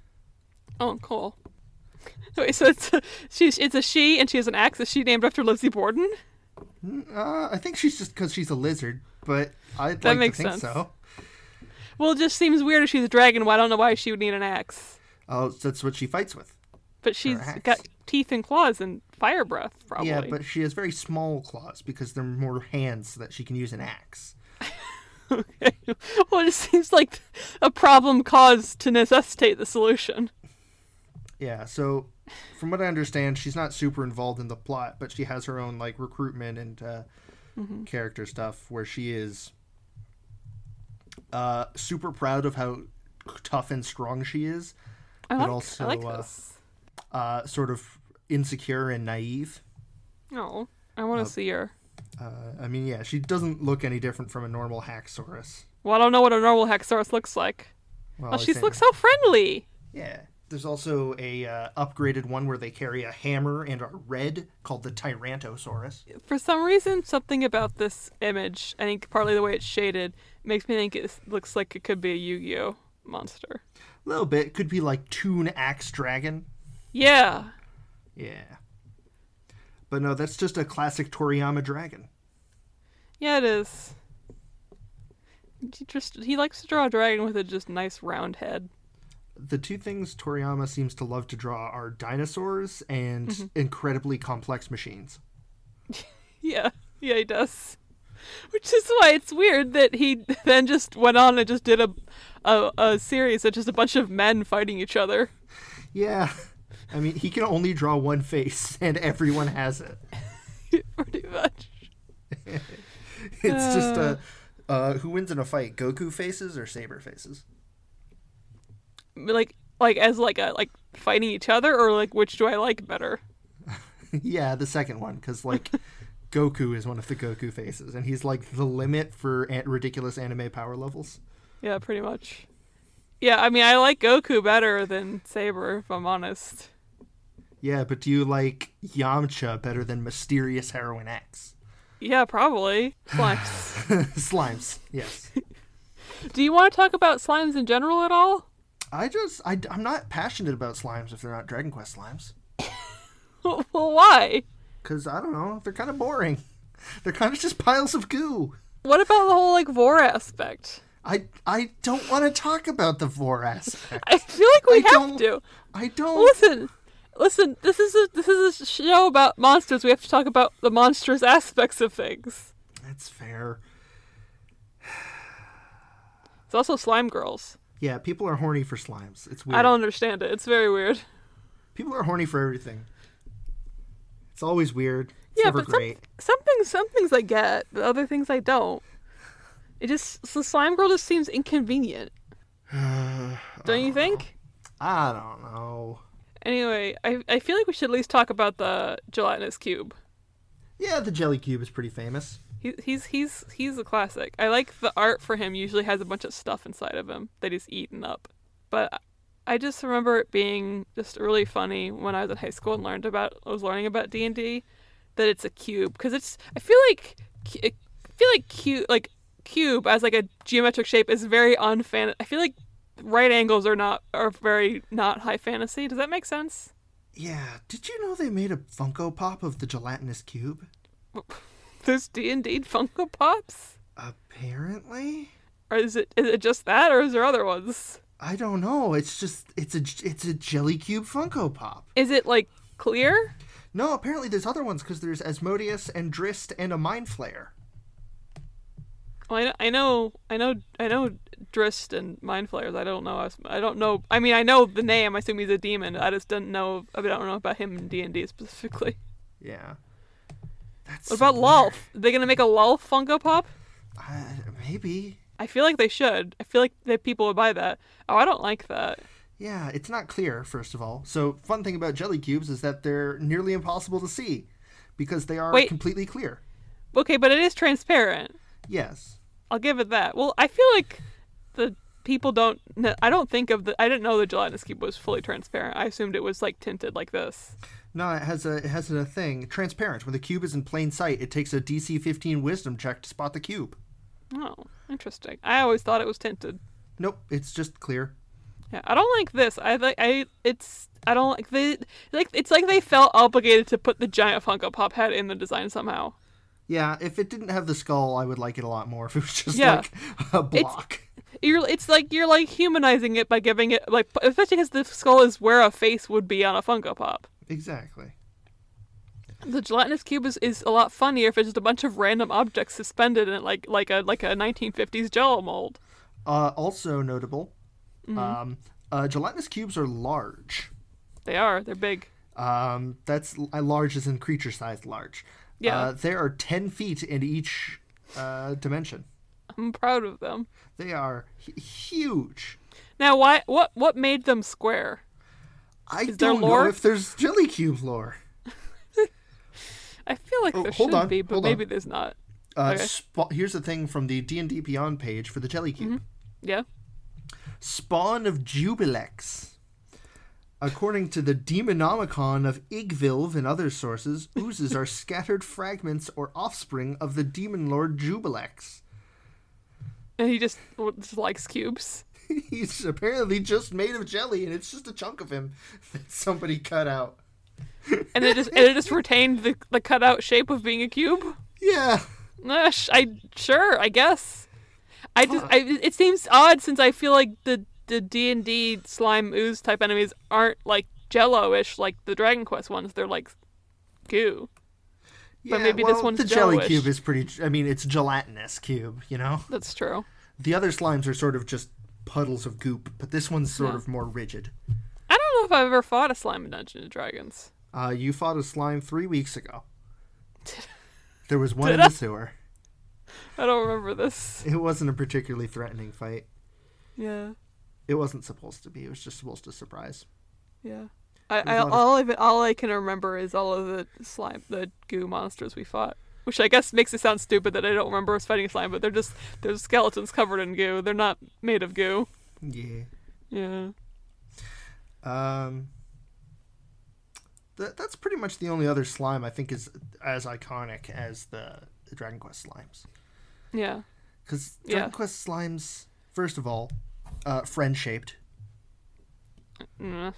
B: Oh, cool. Wait, so it's a, she's it's a she, and she has an axe. Is she named after Lizzie Borden?
A: Uh, I think she's just because she's a lizard, but I'd
B: That
A: like
B: makes
A: to think
B: sense.
A: so.
B: Well, it just seems weird if she's a dragon. Well, I don't know why she would need an axe.
A: Oh, that's what she fights with.
B: But she's
A: axe.
B: got teeth and claws and fire breath, probably.
A: Yeah, but she has very small claws because they're more hands so that she can use an axe.
B: okay. well, it seems like a problem caused to necessitate the solution.
A: Yeah, so from what I understand, she's not super involved in the plot, but she has her own like recruitment and uh,
B: Mm-hmm.
A: character stuff where she is uh, super proud of how tough and strong she is,
B: I
A: But
B: like,
A: also,
B: I like
A: uh,
B: this.
A: uh, sort of insecure and naive.
B: Oh, I want to see her.
A: Uh, I mean, yeah, she doesn't look any different from a normal Haxorus.
B: Well, I don't know what a normal Haxorus looks like.
A: Well,
B: Oh,
A: it's
B: she
A: in-
B: looks so friendly.
A: Yeah. There's also a uh, upgraded one where they carry a hammer and are red called the Tyrantosaurus.
B: For some reason, something about this image, I think partly the way it's shaded, makes me think it looks like it could be a Yu-Gi-Oh monster.
A: A little bit could be like Toon Axe Dragon.
B: Yeah.
A: Yeah. But no, that's just a classic Toriyama dragon.
B: Yeah, it is. He just he likes to draw a dragon with a just nice round head.
A: The two things Toriyama seems to love to draw are dinosaurs and incredibly complex machines.
B: Yeah, yeah, he does. Which is why it's weird that he then just went on and just did a a, a series of just a bunch of men fighting each other.
A: Yeah. I mean, he can only draw one face and everyone has it.
B: Pretty much.
A: It's just uh, uh, who wins in a fight, Goku faces or Saber faces?
B: Like like as like a like fighting each other or like which do I like better?
A: yeah, the second one, because like Goku is one of the Goku faces, and he's like the limit for an- ridiculous anime power levels.
B: Yeah, pretty much. Yeah, I mean, I like Goku better than Saber, if I'm honest.
A: Yeah, but do you like Yamcha better than Mysterious Heroine X?
B: Yeah, probably. Flex.
A: Slimes, yes.
B: Do you want to talk about slimes in general at all?
A: I just, I, am not passionate about slimes if they're not Dragon Quest slimes.
B: well, why?
A: Because, I don't know, they're kind of boring. They're kind of just piles of goo.
B: What about the whole like vor aspect?
A: I, I don't want to talk about the vor aspect.
B: I feel like we
A: I
B: have
A: don't-
B: to.
A: I don't.
B: Listen, listen. This is a this is a show about monsters. We have to talk about the monstrous aspects of things.
A: That's fair.
B: It's also slime girls.
A: Yeah, people are horny for slimes. It's weird.
B: I don't understand it. It's very weird.
A: People are horny for everything. It's always weird. It's
B: yeah,
A: never
B: but some,
A: great.
B: some things some things I get, but other things I don't. It just the slime girl just seems inconvenient. don't you think?
A: I don't know.
B: Anyway, I, I feel like we should at least talk about the gelatinous cube.
A: Yeah, the jelly cube is pretty famous.
B: He, he's he's he's a classic. I like the art for him. Usually has a bunch of stuff inside of him that he's eaten up. But I just remember it being just really funny when I was in high school and learned about I was learning about D and D that it's a cube because it's I feel like cu- I feel like cube like cube as like a geometric shape is very unfan. I feel like right angles are not are very not high fantasy. Does that make sense?
A: Yeah, did you know they made a Funko Pop of the gelatinous cube?
B: There's D and D Funko Pops,
A: Apparently,
B: or is it is it just that, or is there other ones?
A: I don't know. It's just it's a it's a jelly cube Funko Pop.
B: Is it like clear?
A: No, apparently there's other ones because there's Asmodeus and Drist and a Mind Flayer.
B: Well, I know, I know, I know, I know Drist and Mind Flayers. I don't know. us- I don't know. I mean, I know the name. I assume he's a demon. I just don't know. I don't know about him in D and D specifically.
A: Yeah, that's
B: What about
A: so
B: Lolf? Are they gonna make a Lolf Funko Pop?
A: weird. Uh, maybe.
B: I feel like they should. I feel like that people would buy that. Oh, I don't like that.
A: Yeah, it's not clear, first of all. So, fun thing about jelly cubes is that they're nearly impossible to see because they are
B: Wait.
A: completely clear.
B: Okay, but it is transparent.
A: Yes.
B: I'll give it that. Well, I feel like the people don't. kn- I don't think of the. I didn't know the gelatinous cube was fully transparent. I assumed it was like tinted like this.
A: No, it has a it has a thing transparent. When the cube is in plain sight, it takes a DC 15 Wisdom check to spot the cube.
B: Oh, interesting. I always thought it was tinted.
A: Nope, it's just clear.
B: Yeah, I don't like this. I like. I it's. I don't like they like. It's like they felt obligated to put the giant Funko Pop head in the design somehow.
A: Yeah, if it didn't have the skull, I would like it a lot more. If it was just
B: Yeah.
A: like a block,
B: You're. It's like you're like humanizing it by giving it like, especially because the skull is where a face would be on a Funko Pop.
A: exactly.
B: The gelatinous cube is, is a lot funnier if it's just a bunch of random objects suspended in it, like like a like a 1950s Jello mold.
A: Uh, also notable,
B: Mm-hmm.
A: um, uh, gelatinous cubes are large.
B: They are. They're big.
A: Um, that's uh, large as in creature size large.
B: Yeah.
A: uh, they are ten feet in each uh, dimension.
B: I'm proud of them.
A: They are hu- huge.
B: Now, why? What? What made them square?
A: I
B: there
A: don't know
B: lore?
A: if there's jelly cube lore.
B: I feel like
A: Oh,
B: there
A: hold
B: should
A: on,
B: be, but
A: hold on.
B: maybe there's not.
A: Uh,
B: Okay.
A: spa- here's the thing from the D and D Beyond page for the Jelly Cube.
B: Mm-hmm. Yeah.
A: Spawn of Jubilex. According to the Demonomicon of Igvilv and other sources, oozes are scattered fragments or offspring of the demon lord Jubilex.
B: And he just, well, just likes cubes.
A: He's apparently just made of jelly, and it's just a chunk of him that somebody cut out.
B: And it just and it just retained the the cutout shape of being a cube.
A: Yeah,
B: Uh, sh- I sure, I guess. I just, I, it seems odd since I feel like the the D and D slime ooze type enemies aren't like Jello-ish like the Dragon Quest ones. They're like goo.
A: yeah.
B: maybe this
A: well,
B: one's
A: the jelly
B: jello-ish.
A: cube is pretty. I mean, it's gelatinous cube. You know,
B: That's true.
A: the other slimes are sort of just puddles of goop, but this one's sort of more rigid.
B: I don't know if I've ever fought a slime in Dungeons and Dragons.
A: Uh, you fought a slime three weeks ago. There was one
B: Did
A: in the
B: I?
A: sewer.
B: I don't remember this.
A: It wasn't a particularly threatening fight.
B: Yeah,
A: It wasn't supposed to be. It was just supposed to surprise.
B: yeah. I, I
A: There's a lot of-
B: all I all I can remember is all of the slime, the goo monsters we fought. which I guess makes it sound stupid that I don't remember us fighting a slime, but they're just they're skeletons covered in goo. They're not made of goo.
A: Yeah.
B: Yeah.
A: Um, th- that's pretty much the only other slime I think is as iconic as the, the Dragon Quest slimes.
B: Yeah.
A: Because Dragon
B: Yeah.
A: Quest slimes, first of all, uh, friend shaped.
B: Mm,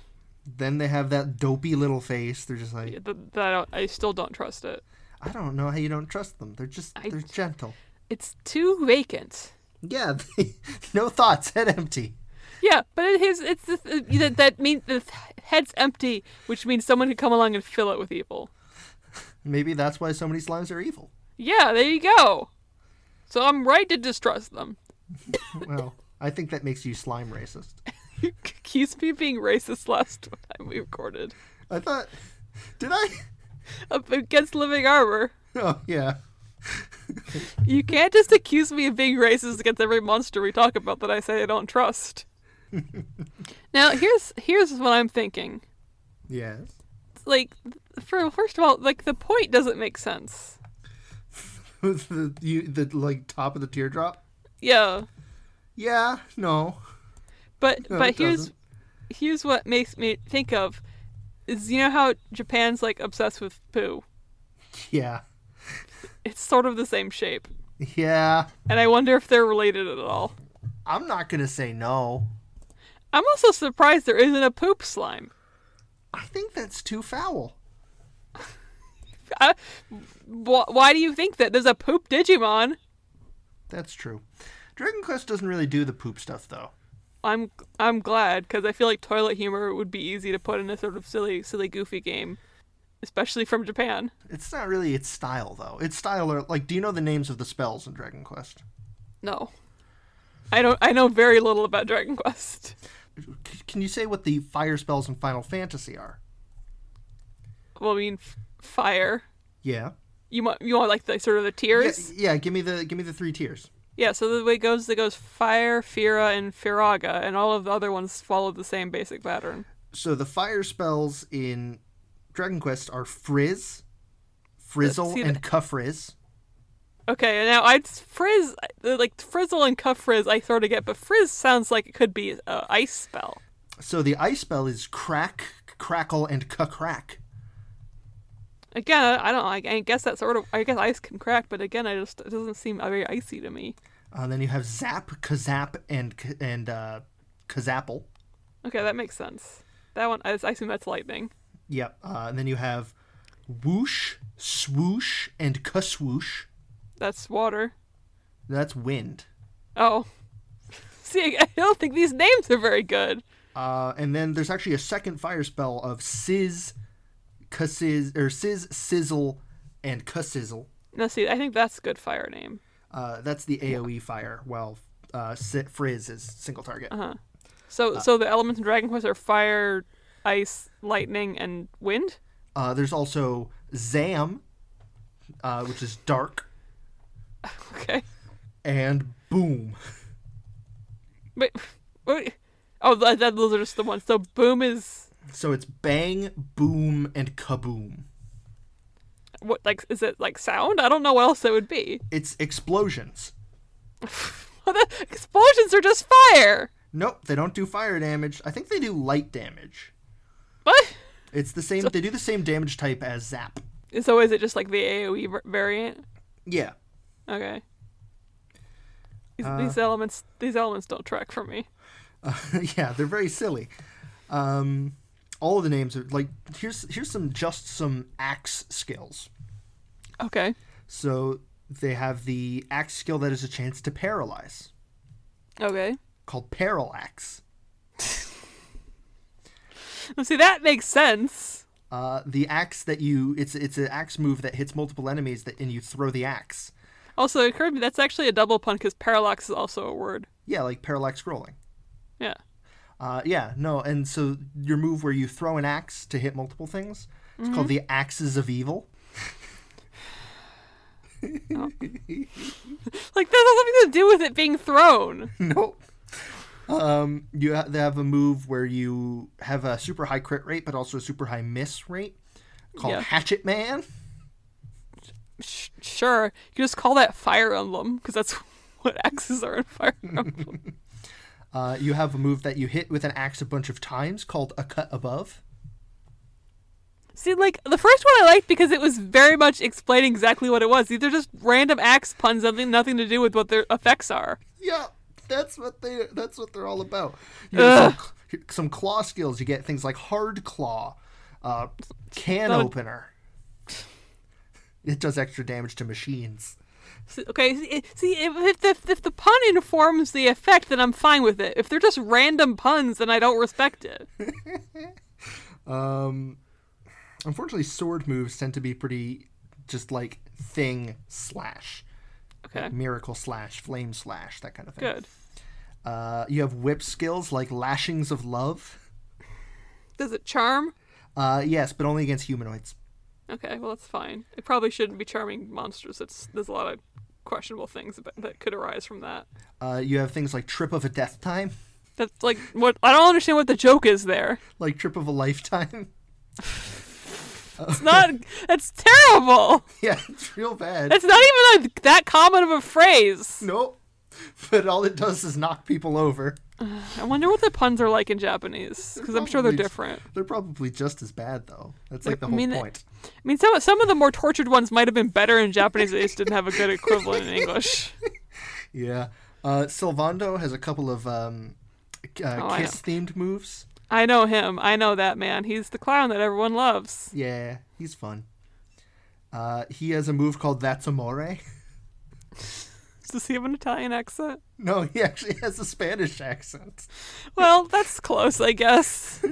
A: Then they have that dopey little face. They're just like,
B: yeah, th- that I, don't, I still don't trust it.
A: I don't know how you don't trust them. They're just,
B: I-
A: they're gentle.
B: It's too vacant.
A: Yeah, they, no thoughts, head empty.
B: Yeah, but it is, it's the, that that means the head's empty, which means someone could come along and fill it with evil.
A: Maybe that's why so many slimes are evil.
B: Yeah, there you go. So I'm right to distrust them.
A: Well, I think that makes you slime racist.
B: You accused me of being racist last time we recorded
A: I thought, did I?
B: up against living armor.
A: Oh, yeah.
B: You can't just accuse me of being racist against every monster we talk about that I say I don't trust. now here's here's what I'm thinking.
A: Yes.
B: Like, for first of all, like the point doesn't make sense.
A: the, you, the, like, top of the teardrop?
B: Yeah,
A: Yeah, no.
B: but
A: No,
B: but
A: it
B: here's
A: doesn't.
B: here's what makes me think of is you know how Japan's like obsessed with poo.
A: Yeah.
B: It's sort of the same shape,
A: Yeah.
B: and I wonder if they're related at all.
A: I'm not going to say no.
B: I'm also surprised there isn't a poop slime.
A: I think that's too foul.
B: I, wh- why do you think that there's a poop Digimon?
A: That's true. Dragon Quest doesn't really do the poop stuff, though.
B: I'm I'm glad because I feel like toilet humor would be easy to put in a sort of silly, silly, goofy game, especially from Japan.
A: It's not really its style, though. Its style are, like, do you know the names of the spells in Dragon Quest?
B: No, I don't. I know very little about Dragon Quest.
A: C- can you say what the fire spells in Final Fantasy are?
B: Well, I mean, f- fire.
A: Yeah.
B: You want you want like the sort of the
A: Yeah,
B: tiers?
A: yeah, give me the give me the three tiers.
B: Yeah. So the way it goes, it goes fire, Fira, and Firaga, and all of the other ones follow the same basic pattern.
A: So the fire spells in Dragon Quest are Frizz, Frizzle,
B: See,
A: and Cuffrizz.
B: Okay, now I frizz uh, like frizzle and cuff frizz. I sort of get, but frizz sounds like it could be an ice spell.
A: So the ice spell is Crack, Crackle, and Cuckrack.
B: Again, I I don't. I, I guess that sort of. I guess ice can crack, but again, I just it doesn't seem very icy to me.
A: Uh, then you have Zap, Kazap, and K- and uh, Kazapple.
B: Okay, that makes sense. That one, I, I assume that's lightning.
A: Yep. Uh, and then you have Whoosh, Swoosh, and Kuswoosh.
B: That's water.
A: That's wind.
B: Oh, see, I don't think these names are very good.
A: Uh, and then there's actually a second fire spell of Sizz, Cussiz, or Sizz, Sizzle, and Cussizzle.
B: No, see, I think that's a good fire name.
A: Uh, that's the AOE fire. Well, uh, si- Frizz is single target.
B: So, so the elements in Dragon Quest are fire, ice, lightning, and wind.
A: Uh, there's also Zam, uh, which is dark,
B: Okay,
A: and Boom.
B: but wait. Oh, that, that, those are just the ones. So boom is
A: So it's Bang, Boom, and Kaboom.
B: what? Like, is it like sound? I don't know what else it would be.
A: It's explosions.
B: explosions are just fire.
A: Nope, they don't do fire damage. I think they do light damage.
B: What?
A: It's the same. They do the same damage type as Zap.
B: So is it just like the AOE var- variant?
A: Yeah.
B: Okay. These, these elements, these elements don't track for me.
A: yeah, they're very silly. Um, all of the names are like here's here's some just some axe skills.
B: Okay.
A: So they have the axe skill that is a chance to paralyze,
B: Okay.
A: called Parallax.
B: Well, see, that makes sense.
A: Uh, the axe that you it's it's an axe move that hits multiple enemies that and you throw the axe.
B: Also, it occurred to me that's actually a double pun because parallax is also a word.
A: Yeah, like parallax scrolling.
B: Yeah.
A: Uh, yeah, no, and so your move where you throw an axe to hit multiple things, it's called the Axes of Evil.
B: Like that has nothing to do with it being thrown.
A: nope. Um, you ha- they have a move where you have a super high crit rate, but also a super high miss rate, called
B: Yeah.
A: Hatchet Man.
B: Sh- sure, you just call that Fire Emblem because that's what axes are in Fire Emblem.
A: Uh, you have a move that you hit with an axe a bunch of times called a cut above.
B: See, like the first one I liked because it was very much explaining exactly what it was. These are just random axe puns, something nothing to do with what their effects are.
A: Yeah, that's what they that's what they're all about. You have some, some claw skills. You get things like hard claw, uh, can
B: not a-
A: opener. It does extra damage to machines.
B: See- Okay, see, it- see if, if, if, if the pun informs the effect, then I'm fine with it. If they're just random puns, then I don't respect it.
A: Um, Unfortunately, sword moves tend to be pretty just like thing slash,
B: Okay,
A: miracle slash, flame slash, that kind of thing.
B: good.
A: Uh, you have whip skills like lashings of love.
B: Does it charm?
A: Uh, yes, but only against humanoids.
B: Okay, well that's fine. It probably shouldn't be charming monsters. It's there's a lot of questionable things about, that could arise from that.
A: Uh, you have things like trip of a death time,
B: That's like what I don't understand what the joke is there.
A: like trip of a lifetime.
B: It's not. that's terrible.
A: yeah, it's real bad.
B: It's not even a, that common of a phrase.
A: Nope. But all it does is knock people over.
B: I wonder what the puns are like in Japanese because I'm sure they're
A: Probably-
B: different.
A: They're probably just as bad, though. That's like the
B: I
A: whole
B: mean, it-
A: point.
B: I mean, some some of the more tortured ones might have been better in Japanese. They just didn't have a good equivalent in English.
A: Yeah. Uh, Silvando has a couple of um, k- uh,
B: Oh, I know.
A: kiss themed moves.
B: I know him. I know that man. He's the clown that everyone loves.
A: Yeah, he's fun. Uh, he has a move called That's Amore.
B: Does he have an Italian accent?
A: No, he actually has a Spanish accent.
B: Well, that's close, I guess.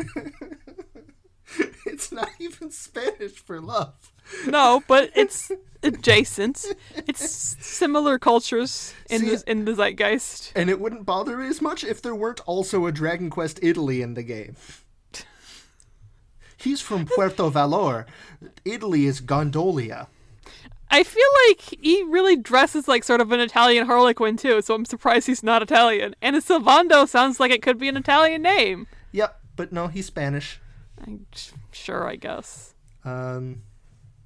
A: It's not even Spanish for love.
B: No, but it's adjacent. It's similar cultures in
A: See-
B: the, in the zeitgeist.
A: And it wouldn't bother me as much if there weren't also a Dragon Quest Italy in the game. He's from Puerto Valor. Italy is Gondolia.
B: I feel like he really dresses like sort of an Italian Harlequin too, so I'm surprised he's not Italian. And a Silvando sounds like it could be an Italian name.
A: Yep, but no, he's Spanish.
B: I'm sh- sure, I guess.
A: Um,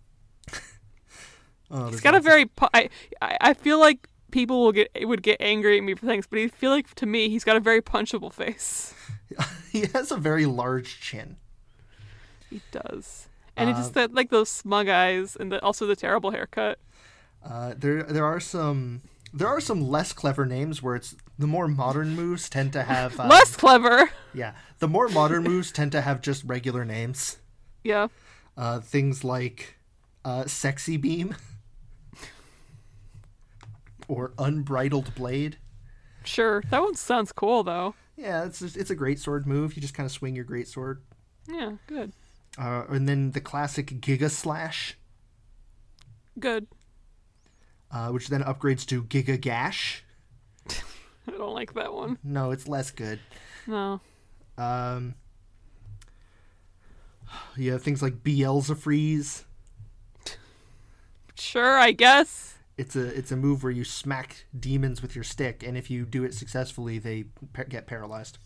A: oh, there's
B: He's got a
A: lots of-
B: very. Po- I, I I feel like people will get would get angry at me for things, but I feel like to me he's got a very punchable face.
A: he has a very large chin.
B: He does, and it's just that like those smug eyes, and the, also the terrible haircut.
A: Uh, there, there are some. There are some less clever names where it's the more modern moves tend to have um,
B: Less clever.
A: yeah the more modern moves tend to have just regular names
B: Yeah.
A: uh, things like uh, sexy beam or unbridled blade.
B: Sure. That one sounds cool though.
A: Yeah, it's just, it's a great sword move. You just kind of swing your great sword,
B: Yeah, good.
A: uh, and then the classic Giga Slash,
B: Good.
A: uh, which then upgrades to Giga Gash.
B: I don't like that one.
A: No, it's less good.
B: No.
A: Um, you have things like Beelzefreeze.
B: Sure, I guess.
A: It's a it's a move where you smack demons with your stick, and if you do it successfully, they pa- get paralyzed.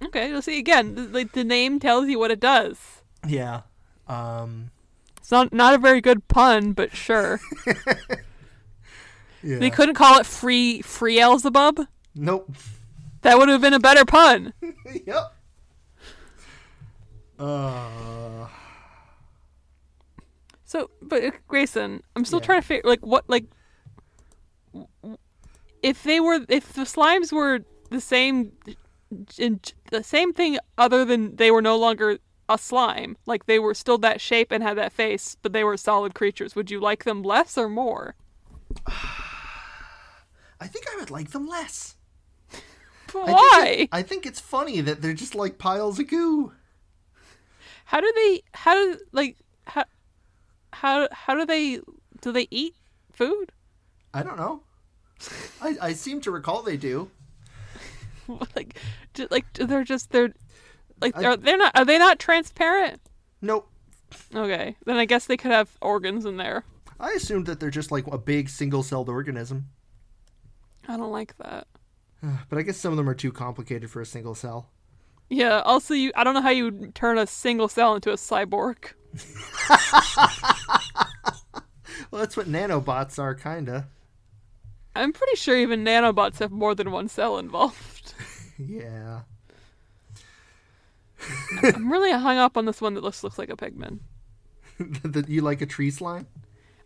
B: Okay, let's see again. th- Like the name tells you what it does.
A: Yeah. Um,
B: It's not not a very good pun, but sure.
A: yeah.
B: They couldn't call it free free Elzebub.
A: nope.
B: That would have been a better pun.
A: yep. Uh,
B: So, but uh, Grayson, I'm still
A: Yeah.
B: trying to figure like what like w- w- if they were if the slimes were the same in, the same thing other than they were no longer a slime, like they were still that shape and had that face, but they were solid creatures. Would you like them less or more?
A: I think I would like them less.
B: But
A: I think
B: Why?
A: it- I think it's funny that they're just like piles of goo.
B: How do they how do like how how how do they do they eat food?
A: I don't know. I, I seem to recall they do.
B: like ju- like they're just they're like
A: I-
B: are they not are they not transparent?
A: Nope.
B: Okay, then I guess they could have organs in there.
A: I assumed that they're just like a big single celled organism.
B: I don't like that.
A: But I guess some of them are too complicated for a single cell.
B: Yeah. Also, you I don't know how you would turn a single cell into a cyborg.
A: Well, that's what nanobots are, kinda.
B: I'm pretty sure even nanobots have more than one cell involved.
A: Yeah.
B: I'm really hung up on this one that looks looks like a pigman.
A: that you like a tree slime?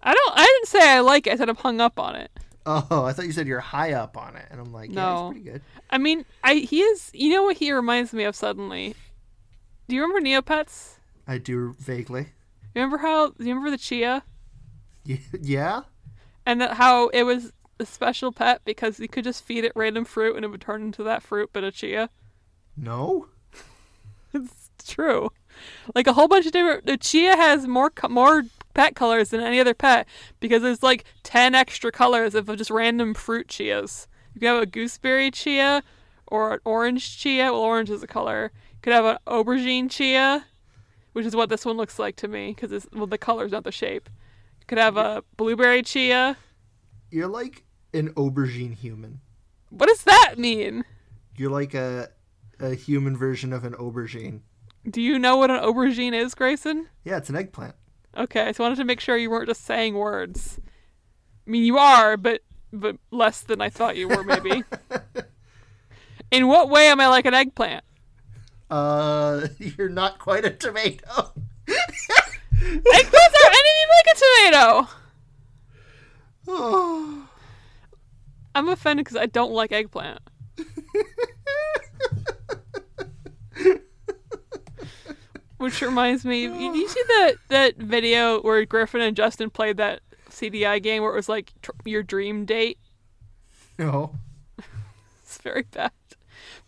B: I don't. I didn't say I like it. I said I'm hung up on it.
A: Oh, I thought you said you're high up on it, and I'm like, yeah,
B: No.
A: it's pretty good.
B: I mean, I he is. You know what he reminds me of suddenly? Do you remember Neopets?
A: I do vaguely.
B: You Remember how? You remember the Chia
A: Y- Yeah.
B: and that how it was a special pet because you could just feed it random fruit and it would turn into that fruit, but a Chia.
A: No.
B: It's true. Like a whole bunch of different. The Chia has more co- more pet colors than any other pet because there's like ten extra colors of just random fruit Chias. You can have a gooseberry Chia or an orange Chia. Well, orange is a color. You could have an aubergine Chia, which is what this one looks like to me because it's well the color's not the shape. You could have a blueberry Chia.
A: You're like an aubergine human.
B: What does that mean?
A: You're like a a human version of an aubergine.
B: Do you know what an aubergine is, Grayson?
A: Yeah, it's an eggplant.
B: Okay, I just wanted to make sure you weren't just saying words. I mean, you are, but but less than I thought you were, maybe. In what way am I like an eggplant?
A: Uh, you're not quite a tomato.
B: Eggplants are anything like a tomato.
A: oh.
B: I'm offended because I don't like eggplant. Which reminds me, you- you see that that video where Griffin and Justin played that CDI game where it was like tr- your dream date.
A: No.
B: It's very bad.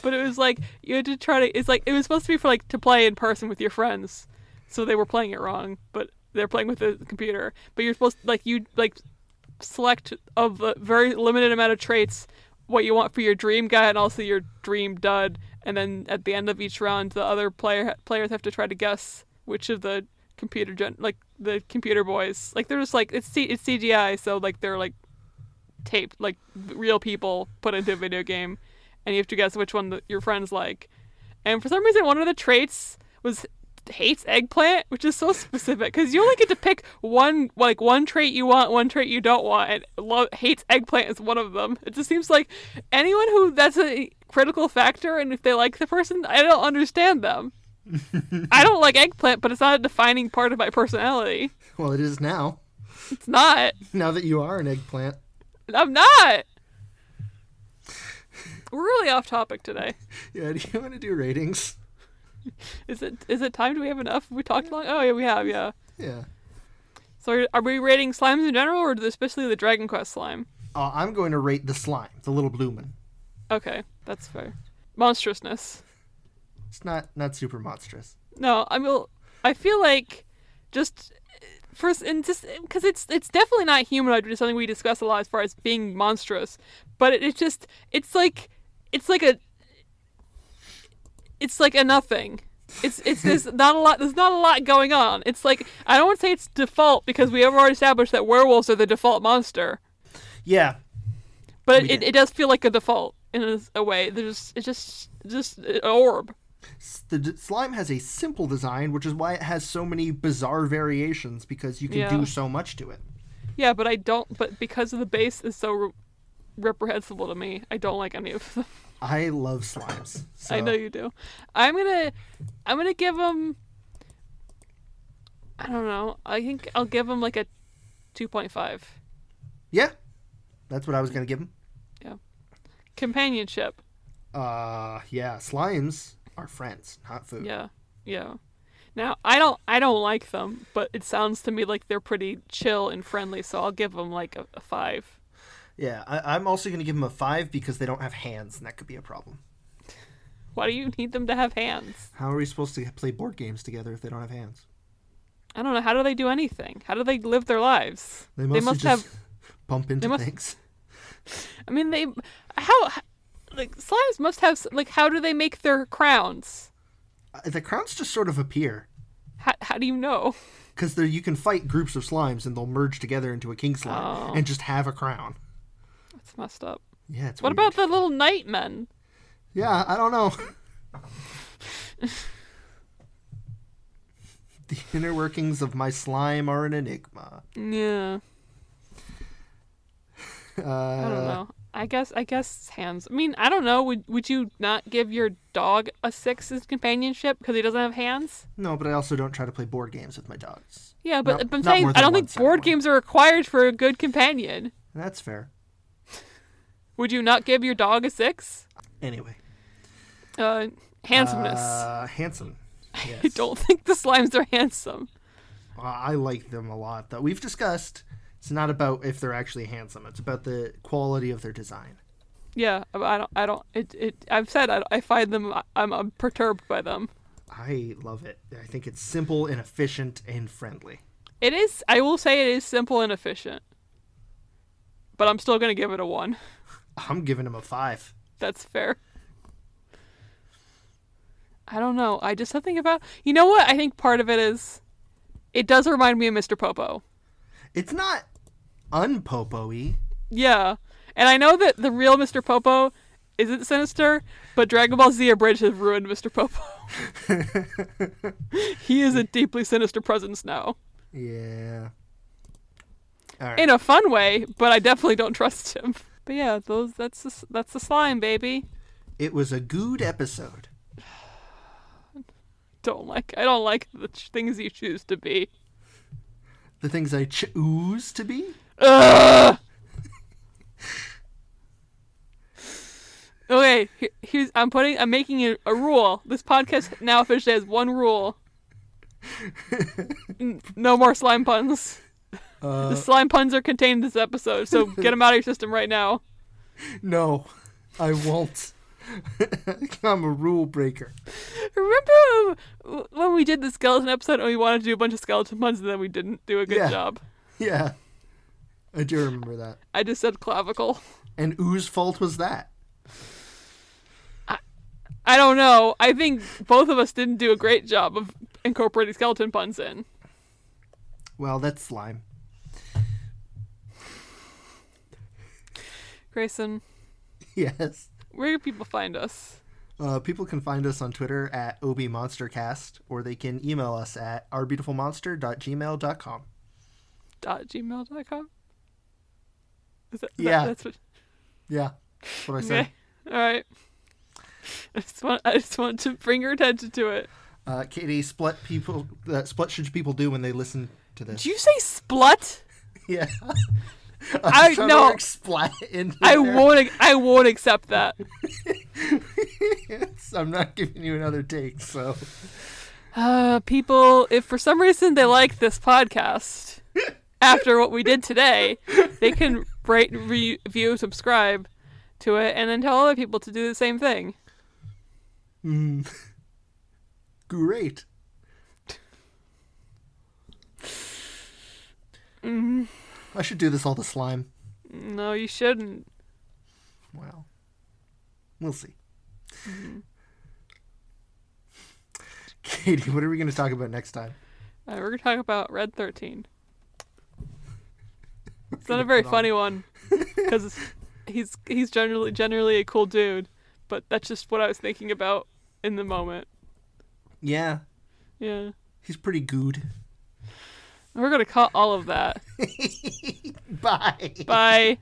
B: But it was like you had to try to. It's like it was supposed to be for like to play in person with your friends, so they were playing it wrong. But they're playing with the computer. But you're supposed like you like select of a very limited amount of traits what you want for your dream guy and also your dream dud. And then at the end of each round, the other player players have to try to guess which of the computer gen like the computer boys like they're just like it's C- it's CGI, so like they're like taped like real people put into a video game and you have to guess which one the, your friends like and for some reason one of the traits was hates eggplant which is so specific because you only get to pick one like one trait you want one trait you don't want and lo- hates eggplant is one of them it just seems like anyone who that's a critical factor and if they like the person i don't understand them i don't like eggplant but it's not a defining part of my personality
A: Well, it is now.
B: it's not
A: Now that you are an eggplant.
B: I'm not. We're really off topic today.
A: Yeah. Do you want to do ratings?
B: Is it is it time? Do we have enough? Have we talked long. Oh yeah, we have. Yeah.
A: Yeah.
B: So are, are we rating slimes in general, or especially the Dragon Quest slime?
A: Uh, I'm going to rate the slime, the little bloomin'.
B: Okay, that's fair. Monstrousness.
A: It's not not super monstrous.
B: No, I mean, I feel like just first and just because it's it's definitely not humanoid, which is something we discuss a lot as far as being monstrous. But it, it's just it's like it's like a it's like a nothing. It's it's there's not a lot there's not a lot going on. It's like I don't want to say it's default because we have already established that werewolves are the default monster,
A: Yeah.
B: but
A: We
B: it,
A: did.
B: it does feel like a default in a, a way. There's it's just just an orb.
A: S- The d- slime has a simple design, which is why it has so many bizarre variations because you can
B: Yeah.
A: do so much to it.
B: Yeah, but I don't. But because of the base is so re- reprehensible to me, I don't like any of them.
A: I love slimes. So.
B: I know you do. I'm gonna, I'm gonna give them. I don't know. I think I'll give them like a, two point five.
A: Yeah. That's what I was going to give him.
B: Companionship.
A: Uh, yeah, slimes are friends, not food.
B: Yeah, yeah. Now I don't, I don't like them, but it sounds to me like they're pretty chill and friendly. So I'll give them like a, a five.
A: Yeah, I, I'm also going to give them a five because they don't have hands, and that could be a problem.
B: Why do you need them to have hands?
A: How are we supposed to play board games together if they don't have hands?
B: I don't know. How do they do anything? How do they live their lives?
A: They, mostly
B: must have
A: just bump into
B: must-
A: things.
B: I mean, they how like slimes must have s- like how do they make their crowns?
A: Uh, The crowns just sort of appear
B: How, how do you know?
A: because you can fight groups of slimes and they'll merge together into a king slime
B: Oh.
A: and just have a crown.
B: It's messed up.
A: Yeah, it's
B: What
A: weird.
B: about the little night men?
A: Yeah, I don't know. the inner workings of my slime are an enigma.
B: Yeah.
A: Uh,
B: I don't know. I guess I guess hands. I mean, I don't know. Would would you not give your dog a six as companionship because he doesn't have hands?
A: No, but I also don't try to play board games with my dogs.
B: Yeah, but,
A: Not-
B: but I'm
A: not
B: saying
A: more
B: I
A: than
B: don't
A: one
B: think
A: second
B: board
A: one.
B: games are required for a good companion.
A: That's fair.
B: Would you not give your dog a six?
A: Anyway.
B: Uh, handsomeness.
A: Uh, handsome.
B: I
A: Yes.
B: don't think the slimes are handsome.
A: Uh, I like them a lot, though. We've discussed it's not about if they're actually handsome, it's about the quality of their design.
B: Yeah, I- I don't. I don't. It. It. I've said I, I find them. I'm, I'm perturbed by them.
A: I love it. I think it's simple and efficient and friendly.
B: It is. I will say it is simple and efficient. But I'm still gonna give it a one.
A: I'm giving him a five.
B: That's fair. I don't know. I just something about you know what? I think part of it is it does remind me of Mr. Popo.
A: It's not unpopo y.
B: Yeah. And I know that the real Mr. Popo isn't sinister, but Dragon Ball Z Abridged has ruined Mr. Popo. he is a deeply sinister presence now.
A: Yeah. All right.
B: In a fun way, but I definitely don't trust him. But yeah, those that's the, s- that's the slime, baby.
A: It was a good episode.
B: Don't like I don't like the ch- things you choose to be.
A: The things I choose to be?
B: Ugh. okay, here, here's I'm putting I'm making a, a rule. This podcast now officially has one rule. N- no more slime puns.
A: Uh,
B: the slime puns are contained in this episode, so get them out of your system right now.
A: No, I won't. I'm a rule breaker.
B: Remember when- when we did the skeleton episode and we wanted to do a bunch of skeleton puns and then we didn't do a good
A: Yeah.
B: job?
A: Yeah. I do remember that.
B: I just said clavicle.
A: And whose fault was that?
B: I don't know. I think both of us didn't do a great job of incorporating skeleton puns in.
A: Well, that's slime.
B: Grayson,
A: Yes.
B: where do people find us?
A: Uh, people can find us on Twitter at obmonstercast, or they can email us at ourbeautifulmonster.gmail.com.
B: Dot gmail.com? Is that, that-
A: Yeah.
B: that's what,
A: Yeah, that's what I said.
B: okay. All right. I just, want, I just want to bring your attention to it.
A: Uh, Katie, split people. Uh, split should people do when they listen to this?
B: Did you say splut?
A: yeah. I,
B: I-
A: trying
B: no.
A: To work splat into
B: I
A: there.
B: won't. ac- I won't accept that.
A: It's- I'm not giving you another take, so
B: Uh, people, if for some reason they like this podcast after what we did today, they can rate, review, subscribe to it, and then tell other people to do the same thing.
A: mm. great. Mm-hmm. I should do this all the slime.
B: No, you shouldn't.
A: Wow. We'll see. Mm-hmm. Katie, what are we going to talk about next time?
B: Uh, we're gonna talk about Red Thirteen. It's not a very funny one because he's he's generally generally a cool dude, but that's just what I was thinking about in the moment.
A: Yeah,
B: Yeah,
A: he's pretty good.
B: we're gonna cut all of that.
A: Bye.
B: Bye.